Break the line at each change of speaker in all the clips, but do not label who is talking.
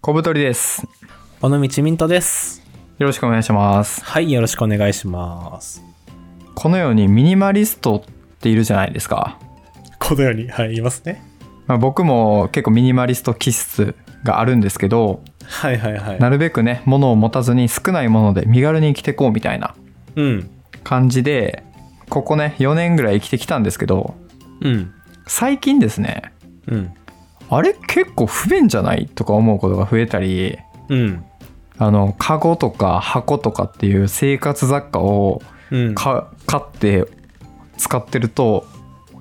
小太りです。
尾道ミントです。
よろしくお願いします。
はい、よろしくお願いします。
このようにミニマリストっているじゃないですか。
このように、はい、いますね。
まあ、僕も結構ミニマリスト気質があるんですけど、
はいはいはい。
なるべくね、物を持たずに少ないもので身軽に生きてこうみたいな
うん。
感じで、ここね、4年ぐらい生きてきたんですけど、
うん。
最近ですね、
うん。
あれ結構不便じゃないとか思うことが増えたり、
うん。
あの、カゴとか箱とかっていう生活雑貨を
うん。
か買って使ってると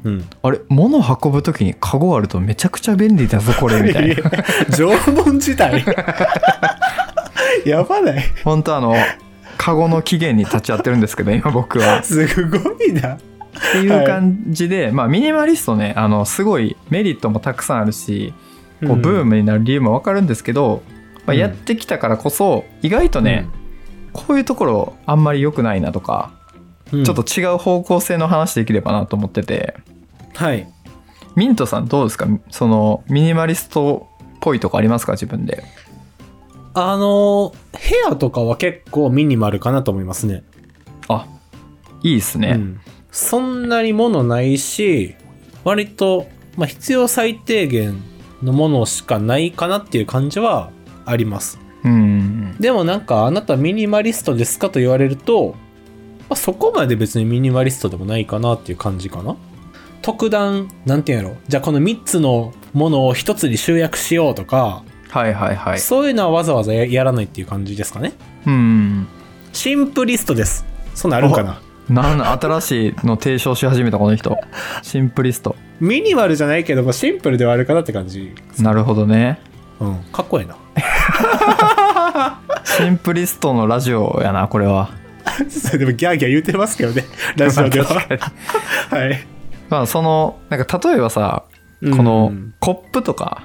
うん。
あれ物運ぶ時にカゴあるとめちゃくちゃ便利だぞこれみ たいな
縄文時 代やばない
本当あのカゴの起源に立ち会ってるんです けど今僕は。
すごいな。
っていう感じで、まあミニマリストねあのすごいメリットもたくさんあるしこう
うん
ブームになる理由もわかるんですけど、まあ、
うん
やってきたからこそ意外とね、こういうところあんまり良くないなとか、
うん、
ちょっと違う方向性の話できればなと思ってて。
はい。
ミントさんどうですかそのミニマリストっぽいとこありますか自分で
あの、部屋とかは結構ミニマルかなと思いますね。
あいいです
う
ね
ん、そんなにものないし、割と、まあ、必要最低限のものしかないかなっていう感じはあります。
うん、
でもなんか、あなたミニマリストですかと言われると、まあ、そこまで別にミニマリストでもないかなっていう感じかな。特段、なんていうんやろ。じゃあこの3つのものを1つに集約しようとか、
はいはいはい
そういうのはわざわざややらないっていう感じですかね。
うん
シンプリストです。そんなんあるんかな
なんなん新しいの提唱し始めたこの 人シンプリスト
ミニマルじゃないけど、まあシンプルではあるかなって感じ。
なるほどね
うん、かっこええな。
シンプリストのラジオやなこれは
それ でもギャーギャー言ってますけど ね、ラジオでは。
確かに
はい。
まあそのなんか例えばさこのコップとか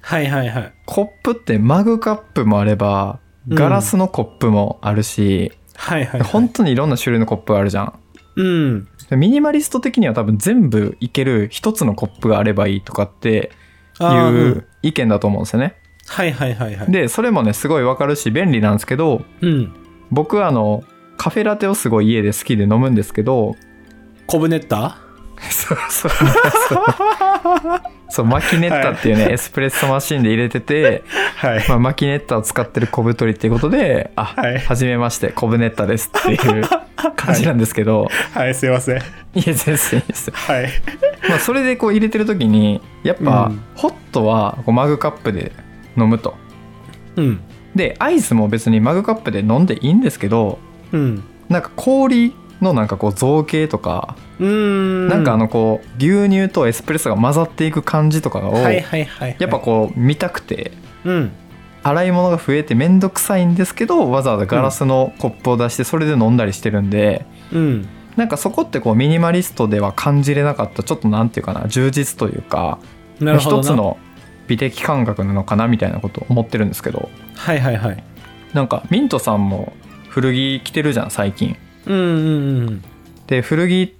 はいはいはい。
コップってマグカップもあればガラスのコップもあるし、
はいはい、はい。
本当にいろんな種類のコップがあるじゃん
うん。
ミニマリスト的には多分全部いける一つのコップがあればいいとかってい
あーうん
う意見だと思うんですよね。
はいはいはいはい。
でそれもねすごいわかるし便利なんですけど
うん。
僕はあのカフェラテをすごい家で好きで飲むんですけど
コブネッタ
そうそうそうマキネッタっていうね、エスプレッソマシンで入れて て、
はい。
まあ、マキネッタを使ってる小太りっていうことであ、
はい
はじめましてコブネッタですっていう感じなんですけど、
はい、すいません。
い、や全然いいですよ
はい。
まあ、それでこう入れてる時にやっぱ
うん
ホットはこうマグカップで飲むと
うん。
でアイスも別にマグカップで飲んでいいんですけど
うん。
なんか氷のなんかこう造形とか、
うーん。
なんかあ、のこう牛乳とエスプレッソが混ざっていく感じとかを、
はいはいはい、はい。
やっぱこう見たくて
う。うん。
洗い物が増えて面倒くさいんですけどわざわざガラスのコップを出してそれで飲んだりしてるんで、
うん。
なんかそこってこうミニマリストでは感じれなかったちょっとなんていうかな充実というか
なるほどな。
一つ。の美的感覚なのかなみたいなこと思ってるんですけど
はいはいはい。
なんかミントさんも古着着てるじゃん最近
うんうんうん。
で古着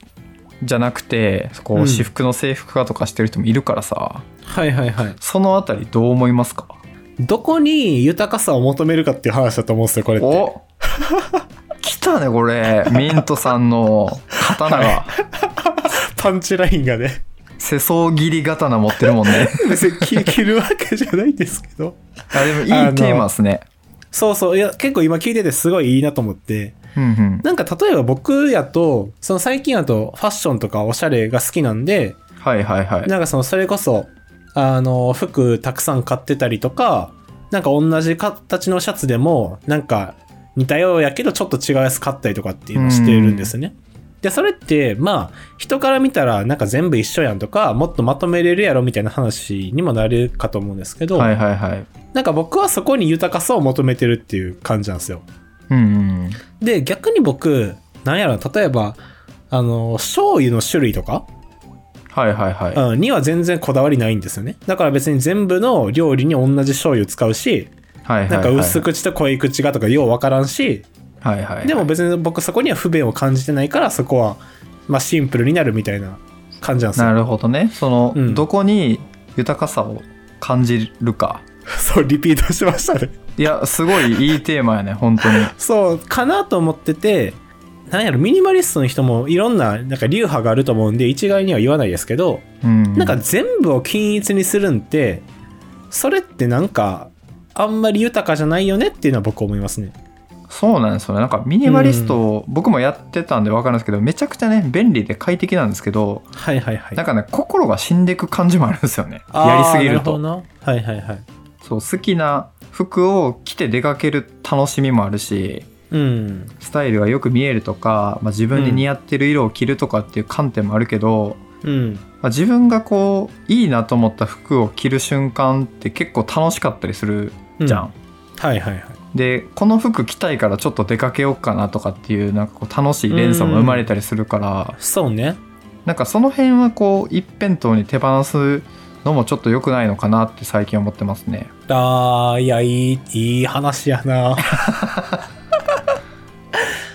じゃなくてこ
う
うん私服の制服化とかしてる人もいるからさ、
はいはいはい。
そのあたりどう思いますか
どこに豊かさを求めるかっていう話だと思うんですよ、これって。
お 来たねこれミントさんの刀が、
パンチラインが ね。
世相切り刀持ってるもん ね
別に着着るわけじゃないんですけど。
あでもいい
あの
テーマですね
そうそう。いや、結構今聞いててすごいいいなと思って。
うんうん
なんか例えば僕やと、その最近やとファッションとかおしゃれが好きなんで、
はいはいはい
なんかそのそれこそあの服たくさん買ってたりとかなんか同じ形のシャツでもなんか似たようやけどちょっと違うやつ買ったりとかっていうのをしてるんですね。でそれってまあ人から見たらなんか全部一緒やんとかもっとまとめれるやろみたいな話にもなるかと思うんですけど、
はいはいはい
なんか僕はそこに豊かさを求めてるっていう感じなんですよ。
うん
で逆に僕なんやろ例えばあの醤油の種類とか
はいはいはい
うん、には全然こだわりないんですよね。だから別に全部の料理に同じ醤油使うし、
はいはいはい
なんか薄口と濃い口がとかようわからんし、
はいはいはい
でも別に僕そこには不便を感じてないから、そこは、まあシンプルになるみたいな感じなんです
な
よ。
るほどねその、
うん
どこに豊かさを感じるか
そう、リピートしました ね。
いやすごいいいテーマやね本当に
そう、かなと思ってて、なんやろ、ミニマリストの人もいろんな、なんか流派があると思うんで、一概には言わないですけど、
うん
なんか全部を均一にするんって、それってなんか、あんまり豊かじゃないよねっていうのは僕思いますね。
そうなんですよねなんかミニマリストを僕もやってたんで分かるんですけどめちゃくちゃね便利で快適なんですけど
はいはいはい。
なんかね心が死んでいく感じもあるんですよね
あー
やりすぎる
な
と
ほどなはいはいはい。
そう好きな服を着て出かける楽しみもあるし
うん。
スタイルがよく見えるとか、まあ、自分で似合ってる色を着るとかっていう観点もあるけど、
うん。
まあ、自分がこういいなと思った服を着る瞬間って結構楽しかったりするじゃん。
はいはいはい。
でこの服着たいからちょっと出かけようかなとかっていうなんかこう楽しい連鎖も生まれたりするから、
そうね。
なんかその辺はこう一辺倒に手放すのもちょっと良くないのかなって最近思ってますね。
あー、いや、いい、いい話や な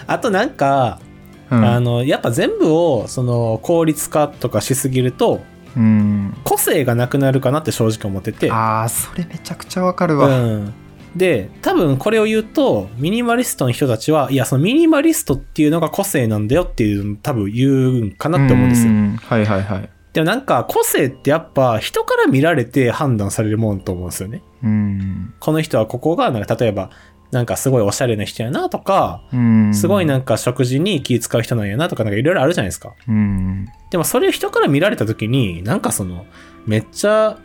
あとなんか、
うん、
あの、やっぱ全部を、その、効率化とかしすぎると、
うん、
個性がなくなるかなって正直思ってて。
あーそれめちゃくちゃわかる
う
わ。
ん。で、多分これを言うと、ミニマリストの人たちは、いや、そのミニマリストっていうのが個性なんだよっていう、多分言うんかなって思うんですよ。
んはいはいはい。
でもなんか個性ってやっぱ人から見られて判断されるもんと思うんですよね。
うん
この人はここがなんか例えばなんかすごいおしゃれな人やなとか、
うん、
すごいなんか食事に気使う人なんやなとかなんかいろいろあるじゃないですか。
うん、
でもそれを人から見られた時になんかそのめっちゃ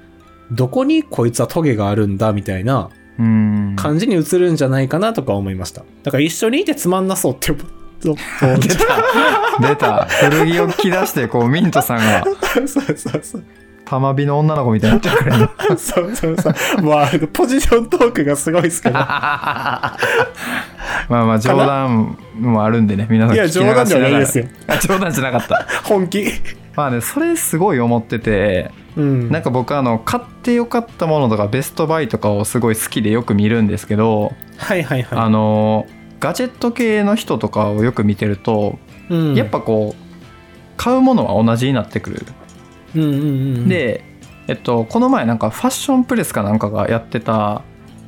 どこにこいつはトゲがあるんだみたいな
うん、
感じに映るんじゃないかなとか思いました。だから一緒にいてつまんなそうって思っ
出た出た古着を着出してこうミントさんが
そうそうそうそう。
玉火の女の子みたいになっちゃうから今
そうそうそう。もうあのポジショントークがすごいですけど。
まあまあ冗談もあるんでね皆さん
いや
聞き流しがら
冗談じゃないですよ
あ冗談じゃなかった
本気。
まあねそれすごい思ってて
うん。
なんか僕あの買ってよかったものとかベストバイとかをすごい好きでよく見るんですけど、
はいはいはい。
あのガジェット系の人とかをよく見てると、
うん
やっ、ぱこう買うものは同じになってくる
うんうんうんうん、
で、えっと、この前なんかファッションプレスかなんかがやってた、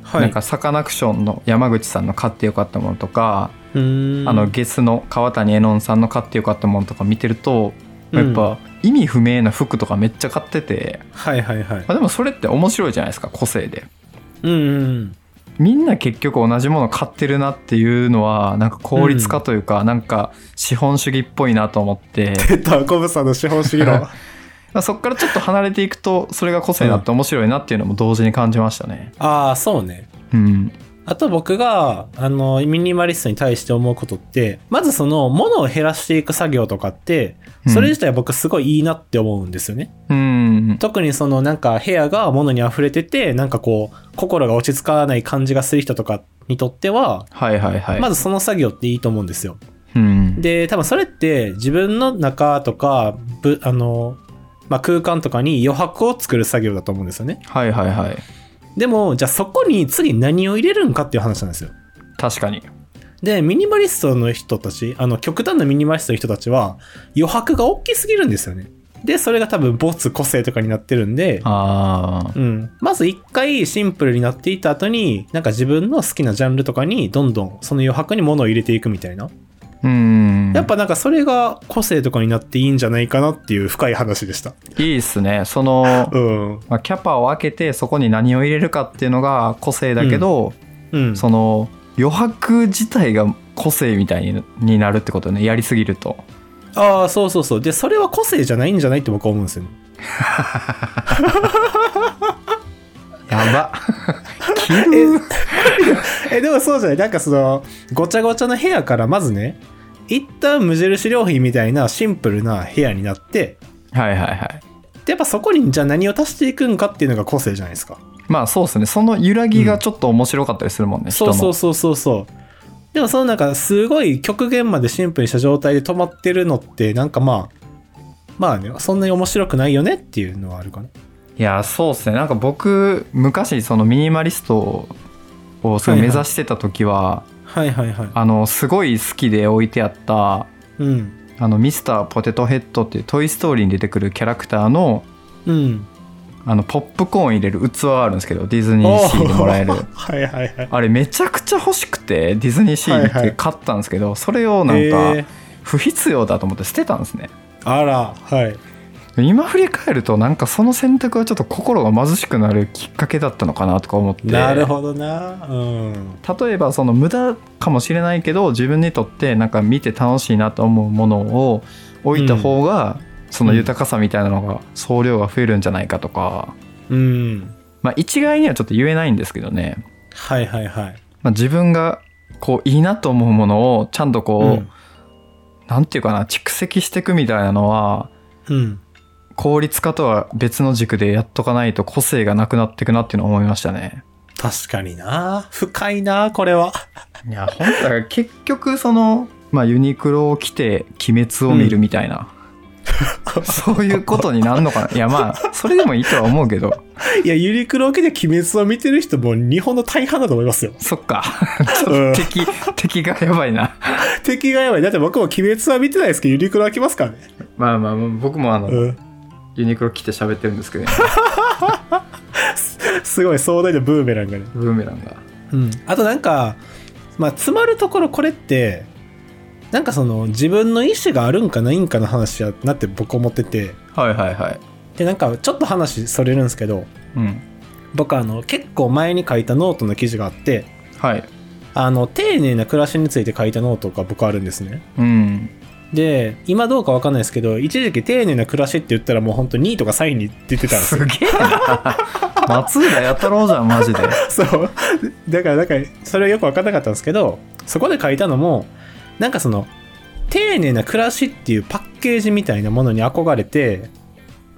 はい、
なんかサカナクションの山口さんの買ってよかったものとか、
うーん、
あのゲスの川谷絵音さんの買ってよかったものとか見てると、
うん
やっぱ意味不明な服とかめっちゃ買ってて、
はいはいはい
ま。あ、でもそれって面白いじゃないですか個性で。
うんうん
みんな結局同じもの買ってるなっていうのはなんか効率化というか、なんか資本主義っぽいなと思 って
うん。タコブさんの資本主義論。
まあそこからちょっと離れていくとそれが個性になって面白いなっていうのも同時に感じましたね。
ああ、そうね。
うん、
あと僕が、あの、ミニマリストに対して思うことって、まずその、物を減らしていく作業とかって、それ自体は僕すごいいいなって思うんですよね。
うん、
特にその、なんか部屋が物に溢れてて、なんかこう、心が落ち着かない感じがする人とかにとっては、
はいはいはい。
まずその作業っていいと思うんですよ。
うん、
で多分それって自分の中とかぶあの、まあ、空間とかに余白を作る作業だと思うんですよね
はいはいはい。
でもじゃあそこに次何を入れるんかっていう話なんですよ
確かに。
でミニマリストの人たちあの極端なミニマリストの人たちは余白が大きすぎるんですよねでそれが多分没個性とかになってるんで
ああ、
うん、まず一回シンプルになっていった後になんか自分の好きなジャンルとかにどんどんその余白に物を入れていくみたいな
うん。
やっぱなんかそれが個性とかになっていいんじゃないかなっていう深い話でした。
いいっすね。その
う、ん。
まあ、キャパを開けてそこに何を入れるかっていうのが個性だけど、
うん。
その余白自体が個性みたいにになるってことね。やりすぎると。
ああ、そうそうそう。で、それは個性じゃないんじゃないって僕は思うんですよね。
やば。切る。
え、でもそうじゃないなんかその、ごちゃごちゃな部屋からまずね、一旦無印良品みたいなシンプルな部屋になって、
はいはいはい。
で、やっぱそこにじゃあ何を足していくんかっていうのが個性じゃないですか。
まあそうですね。その揺らぎがちょっと面白かったりするもんね。人
そ
の
うそうそうそうそう。でもそのなんかすごい極限までシンプルにした状態で止まってるのってなんかまあ、まあね、そんなに面白くないよねっていうのはあるかな。
いやそうですねなんか僕昔そのミニマリストをすごい目指してた時は、
はいはいはい。
あのすごい好きで置いてあった
うん。
あのミスターポテトヘッドっていう「トイ・ストーリー」に出てくるキャラクターの
うん。
あのポップコーン入れる器あるんですけどディズニーシーでもらえる
おーはいはいはい。
あれめちゃくちゃ欲しくてディズニーシーに行
は
っ
いは
て
い
買ったんですけど、それをなん
えー
か不必要だと思って捨てたんですね
あら、はい。
今振り返るとなんかその選択はちょっと心が貧しくなるきっかけだったのかなとか思って
なるほどな。うん。
例えばその無駄かもしれないけど自分にとってなんか見て楽しいなと思うものを置いた方がその豊かさみたいなのが総量が増えるんじゃないかとか、
うん。
まあ、一概にはちょっと言えないんですけどね、
はいはいはい。
まあ、自分がこういいなと思うものをちゃんとこう、
うん
なんていうかな蓄積していくみたいなのは
うん。
効率化とは別の軸でやっとかないと個性がなくなっていくなっていうのを思いましたね。
確かにな。深いな、これは。
いや本当は結局その、まあ、ユニクロを着て鬼滅を見るみたいな、そういうことになるのかないやまあそれでもいいとは思うけど
いや、ユリクロ系で鬼滅を見てる人も日本の大半だと思いますよ。
そっかちょっと敵、敵がやばいな
敵がやばい。だって僕も鬼滅は見てないですけど、ユリクロは来ますからね。
まあまあ僕もあの、
うん。
ユニクロ着て喋ってるんですけど、ね、
すごい壮大なブーメランがね。
ブーメランが
うん。あとなんか、まあ、詰まるところこれって、なんかその自分の意思があるんかないんかの話やなって僕思ってて。
はいはいはい
で、なんかちょっと話それるんですけど、
うん
僕あの結構前に書いたノートの記事があって、
はい
あの丁寧な暮らしについて書いたノートが僕あるんですね。
うん
で、今どうかわかんないですけど、一時期丁寧な暮らしって言ったらもうほんと2位とか3位に出てたんですよ。
すげえな 松浦弥太郎じゃんマジで
そう。だから、なんか、それはよくわかんなかったんですけど、そこで書いたのも、なんかその、丁寧な暮らしっていうパッケージみたいなものに憧れて、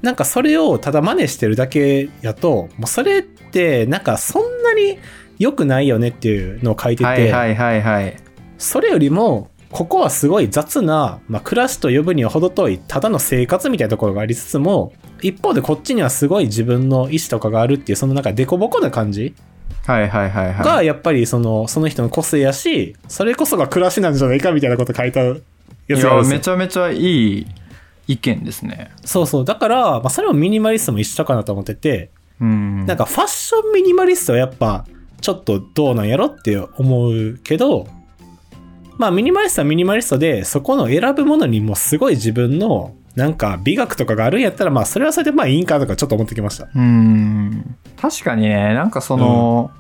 なんかそれをただ真似してるだけやと、もうそれって、なんかそんなに良くないよねっていうのを書いてて、
はいはいはいはい
それよりも、ここはすごい雑な、まあ、暮らしと呼ぶには程遠い、ただの生活みたいなところがありつつも、一方でこっちにはすごい自分の意思とかがあるっていう、そのなんか凸凹な感じ
はいはいはいはい
が、やっぱりその、その人の個性やし、それこそが暮らしなんじゃないかみたいなこと書いたや
い
つがある
や
んです
め
よ。
ちゃめちゃいい意見ですね
そうそう。だから、まあ、それもミニマリストも一緒かなと思ってて、
うん
なんかファッションミニマリストはやっぱちょっとどうなんやろって思うけど、まあミニマリストはミニマリストで、そこの選ぶものにもすごい自分のなんか美学とかがあるんやったら、まあそれはそれでまあいいんかとかちょっと思ってきました。
うん確かにねなんかその、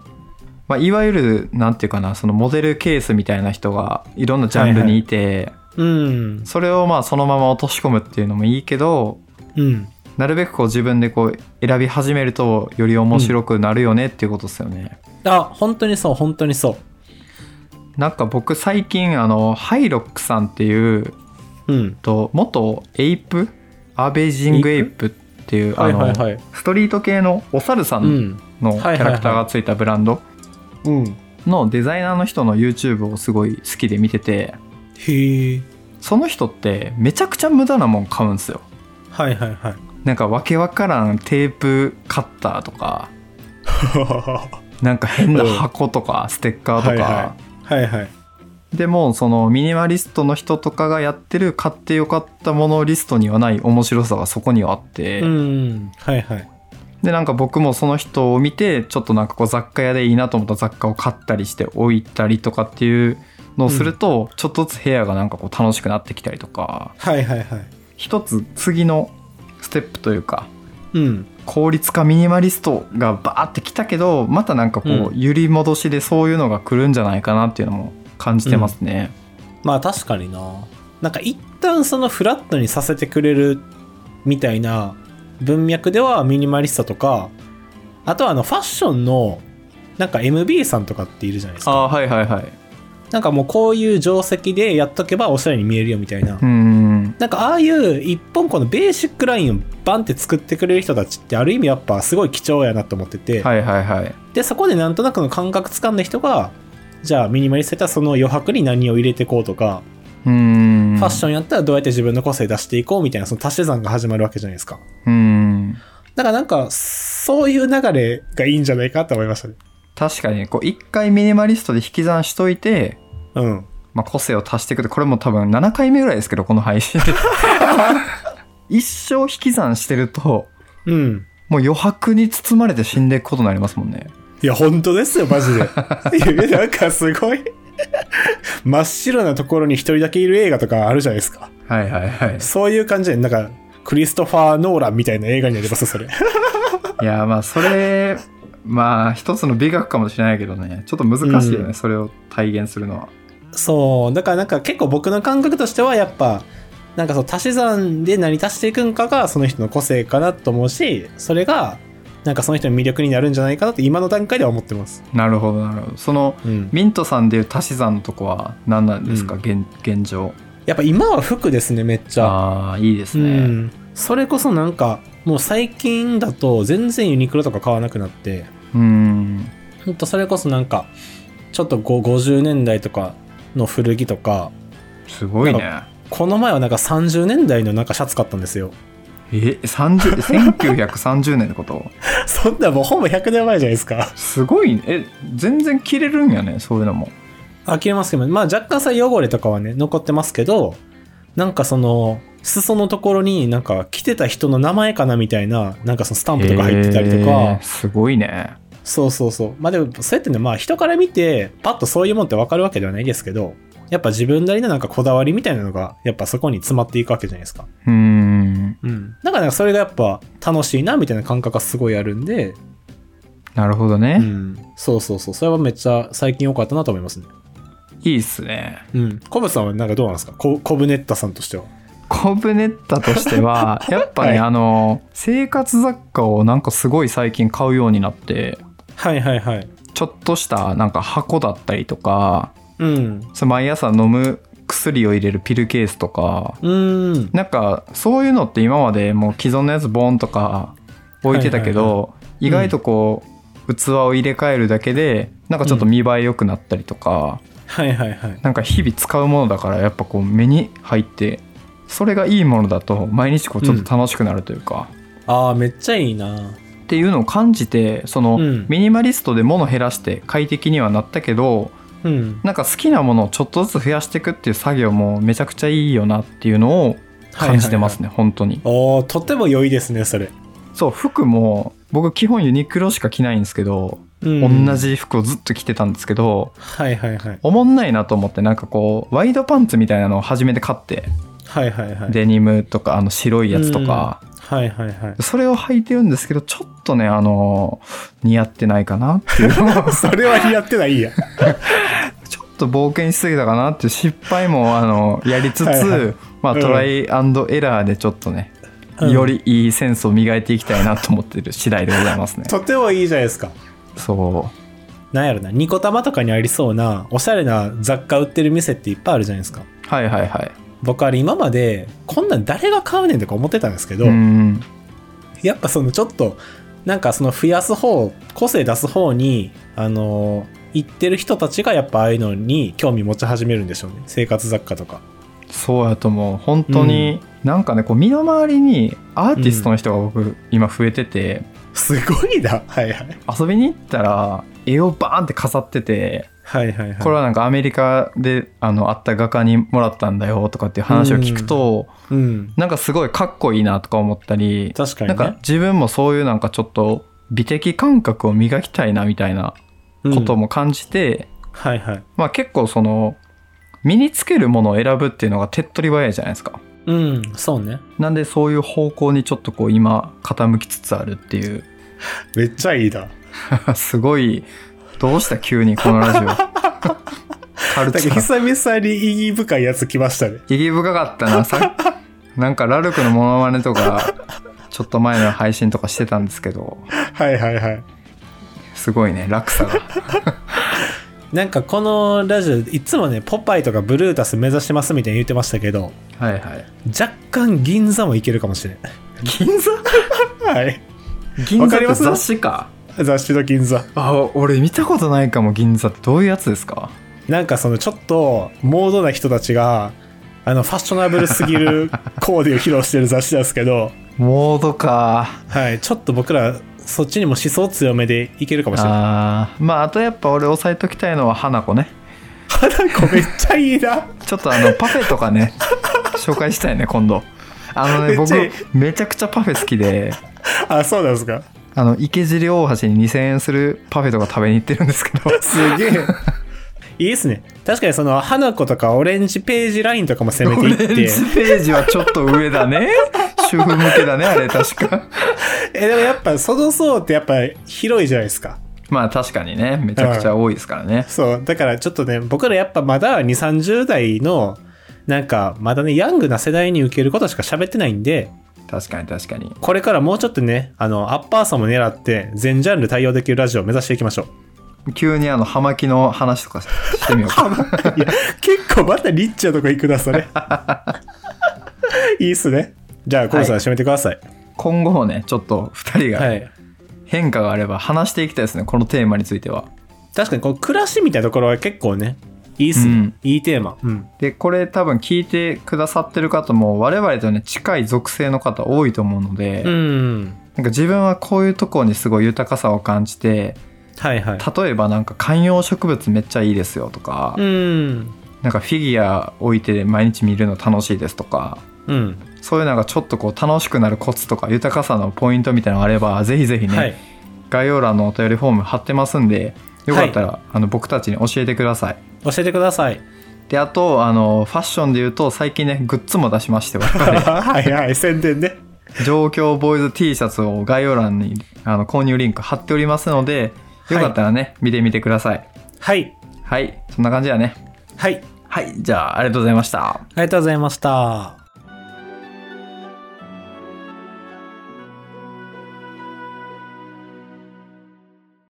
まあ、いわゆるなんていうかなそのモデルケースみたいな人がいろんなジャンルにいて、
うん。
それをまあそのまま落とし込むっていうのもいいけど
うん。
なるべくこう自分でこう選び始めるとより面白くなるよねっていうことですよね、
あ、本当にそう、本当にそ
なんか僕最近あのハイロックさんっていう
う。うん。
と元エイプアベージングエイプっていうあ
はいはい
の
はい。
ストリート系のお猿さ
うんん。
のキャラクターがついたブランド
うん。
のデザイナーの人の YouTube をすごい好きで見てて
へえ。
その人ってめちゃくちゃ無駄なもん買うんですよ
はいはいはい。
なんかわけわからんテープカッターとかなんか変な箱とかステッカーとか、
はいは はいはい。
でもそのミニマリストの人とかがやってる買ってよかったものリストにはない面白さがそこにはあって、
うん。はいはい。
でなんか僕もその人を見てちょっとなんかこう雑貨屋でいいなと思った雑貨を買ったりして置いたりとかっていうのをすると、ちょっとずつ部屋がなんかこう楽しくなってきたりとか
はいはいはい。
一つ次のステップというか
うん。
効率化ミニマリストがバーってきたけどまたなんかこう
う
揺り戻しでそういうのが来るんじゃないかなっていうのも感じてますね。
まあ確かにな。なんか一旦そのフラットにさせてくれるみたいな文脈ではミニマリストとか、あとはあのファッションのなんか MB さんとかっているじゃないです
あ
か。
あはいはいはい。
なんかもうこういう定石でやっとけばおしゃれに見えるよみたいな。
うん
なんかああいう一本このベーシックラインをバンって作ってくれる人たちってある意味やっぱすごい貴重やなと思ってて、
はいはいはい。
でそこでなんとなくの感覚つかんだ人がじゃあミニマリストやったらその余白に何を入れてこうとか
うん
ファッショ
ン
ンやったらどうやって自分の個性出していこうみたいなその足し算が始まるわけじゃないですか。
うん
だからなんか、そういう流れがいいんじゃないかって思いましたね。
確かにこう一回ミニマリストで引き算しといて、
うん。
まあ、個性を足していくってこれも多分7回目ぐらいですけどこの配信で一生引き算してると
うん。
もう余白に包まれて死んでいくことになりますもんね。
いや、本当ですよ、マジで。いやなんかすごい。真っ白なところに一人だけいる映画とかあるじゃないですか。
はいはいはい。
そういう感じで、なんか、クリストファー・ノーランみたいな映画になりますよそれ。
いやまあそれまあ一つの美学かもしれないけどねちょっと難しいよね、
うん
それを体現するのは
そう、だからなんか結構僕の感覚としては、やっぱ、なんかそう、足し算で何足していくんかがその人の個性かなと思うし、それが、なんかその人の魅力になるんじゃないかなって今の段階では思ってます。
なるほどなるほどその
うん。
ミントさんでいう足し算のとこは何なんですか、
うん
現現状
やっぱ今は服ですね、めっちゃ。
ああーいいです
う
ね、
ん、それこそなんかもう最近だと全然ユニクロとか買わなくなって
うん、
ほんとそれこそなんかちょっとご50年代とかの古着とか
すごいね
この前はなんか30年代のなんかシャツ買ったんですよ
え30 1930年のこと
そんなもうほぼ100年前じゃないですか
すごいねえ全然着れるんやねそういうのも
あきれますけどまあ若干さ汚れとかはね残ってますけどなんかその裾のところになんか着てた人の名前かなみたいななんかそのスタンプとか入ってたりと
へ
か
ーすごいね
そうそうそう。まあでも、そうやってね、まあ人から見て、パッとそういうもんってわかるわけではないですけど、やっぱ自分なりのなんかこだわりみたいなのが、やっぱそこに詰まっていくわけじゃないですか。
うん
うん。だからなんかそれがやっぱ楽しいなみたいな感覚がすごいあるんで、
なるほどね、
うん。そうそうそう。それはめっちゃ最近良かったなと思いますね。
いいっすね
うん。コブさんはなんかどうなんですかココブネッタさんとしては。
コブネッタとして はやっぱね、
はい
あの生活雑貨をなんかすごい最近買うようになって
はいはいはい。
ちょっとしたなんか箱だったりとか
うん。
それ毎朝飲む薬を入れるピルケースとか
うーん。
なんかそういうのって今までもう既存のやつボンとか置いてたけど、
はい
意外とこう、器を入れ替えるだけでなんかちょっと見栄え良くなったりとか、
はいはいはい。
なんか日々使うものだからやっぱこう目に入ってそれがいいものだと毎日こうちょっと楽しくなるというか。
ああ、めっちゃいいな。
っていうのを感じてその、
うん
ミニマリストで物減らして快適にはなったけど
うん。
なんか好きなものをちょっとずつ増やしていくっていう作業もめちゃくちゃいいよなっていうのを感じてますね、本当に
おおとても良いですね、それ。
そう服も僕基本ユニクロしか着ないんですけど、
うん。
同。じ服をずっと着てたんですけど
はいはいはい。
おもんないなと思ってなんかこうワイドパンツみたいなのを初めて買って、
はいはいはい。
デニムとかあの白いやつとか、
はいはいはい。
それを履いてるんですけどちょっとねあの似合ってないかなっていう
それはやってないや。
ちょっと冒険しすぎたかなっていう失敗もあのやりつつ
はいはい
まあ、
うん
トライアンドエラーでちょっとね、
うん
よりいいセンスを磨いていきたいなと思ってる次第でございます ね。
とてもいいじゃないですか。
そ
なんやろな、ニコ玉とかにありそうな、おしゃれな雑貨売ってる店っていっぱいあるじゃないですか。
うはいはいはい。
僕あれ今まで、こんなん誰が買うねんとか思ってたんですけど、
うん
やっぱそのちょっと、なんかその増やす方、個性出す方に、あのー、行ってる人たちがやっぱああいうのに興味持ち始めるんでしょうね。生活雑貨とか。
そうやと思う本当に、なんかねこう身の回りにアーティストの人が僕、今増えてて
すごいな。はいはい。
遊びに行ったら絵をバーンって飾ってて
はいはいはい。
これはなんかアメリカであのあった画家にもらったんだよとかっていう話を聞くと、
うん。
なんかすごいかっこいいなとか思ったり
確かに
なん
ね。
か自分もそういうなんかちょっと美的感覚を磨きたいなみたいなこと
うん
も感じて、
はいはい。
まあ結構その身につけるものを選ぶっていうのが手っ取り早いじゃないですか。
うん、そうね。
なんでそういう方向にちょっとこう今傾きつつあるっていう
めっちゃいいな。
すごいどうした急にこの ラジオカル
だ
チ
け
ャ
ど
ー
久々に意義深いやつ来ましたね。
意義深かったなさ なんかラルクのモノマネとかちょっと前の配信とかしてたんですけど
はいはいはい。
すごいね落差が
なんかこのラジオ、いつもね、ポパイとかブルータス目指してますみたいに言ってましたけど、
はいはい
若干銀座もいけるかもしれない。
銀座
はい。
銀座
わか
っ
り
て
ます
雑誌か
雑誌の銀座。
あ俺見たことないかも銀座ってどういうやつですか
なんかそのちょっと、モードな人たちが、あの、ファッショナブルすぎる コーデを披露してる雑誌なんですけど、
モードか
はい。ちょっと僕ら、そっちにも思想強めでいけるかもしれない。
あーまああとやっぱ俺押さえときたいのは花子ね
花子めっちゃいいな。
ちょっとあのパフェと かね紹介したいね今度あのね
めっ
僕
ちゃいい
めちゃくちゃパフェ好きで
あ、そうなんですか。
あの池尻大橋に2000円するパフェとか食べに行ってるんですけど
すげえ。 いいですね。確かにその、花子とかオレンジページラインとかも攻め
オ
て
レ
い
ンジ
って。
ページはちょっと上だ ね主婦向けだねあれ確か
え、でもやっぱその層ってやっぱ広いじゃないですか。
まあ確かにねめちゃくちゃ多いですからね、
そう。だからちょっとね、僕らやっぱまだ2、30代の、なんかまだね、ヤングな世代に受けることしか喋ってないんで、
確かに確かに
これからもうちょっとね、あの、アッパーさも狙って、全ジャンル対応できるラジオを目指していきましょう。
急にあの葉巻の話とかしてみよう か
いや、結構またリッチなとこ行くな、それ。いいっすね。じゃあ、コウさん、
はい
締めてください。
今後もねちょっと2人
は
が
い。
変化があれば話していきたいですねこのテーマについては
確かに、こう、暮らしみたいなところは結構ね、いいっすね。
うん
いいテーマ。うん。
でこれ多分聞いてくださってる方も我々とね近い属性の方多いと思うので、
うん。
なんか自分はこういうところにすごい豊かさを感じて
はいはい。
例えばなんか観葉植物めっちゃいいですよとか、
うん。
なんかフィギュア置いて毎日見るの楽しいですとか
うん。
そういうなんかちょっとこう楽しくなるコツとか豊かさのポイントみたいなのがあればぜひぜひね、
はい。
概要欄のお便りフォーム貼ってますんでよかったら、あの僕たちに教えてください。
教えてください。
であとあのファッションで言うと最近ねグッズも出しまして我々
はいはい、宣伝ね。
上京ボーイズ T シャツを概要欄にあの購入リンク貼っておりますのでよかったらね、見てみてください
はい。
はいそんな感じだね
はい。
はいじゃあありがとうございました
ありがとうございました。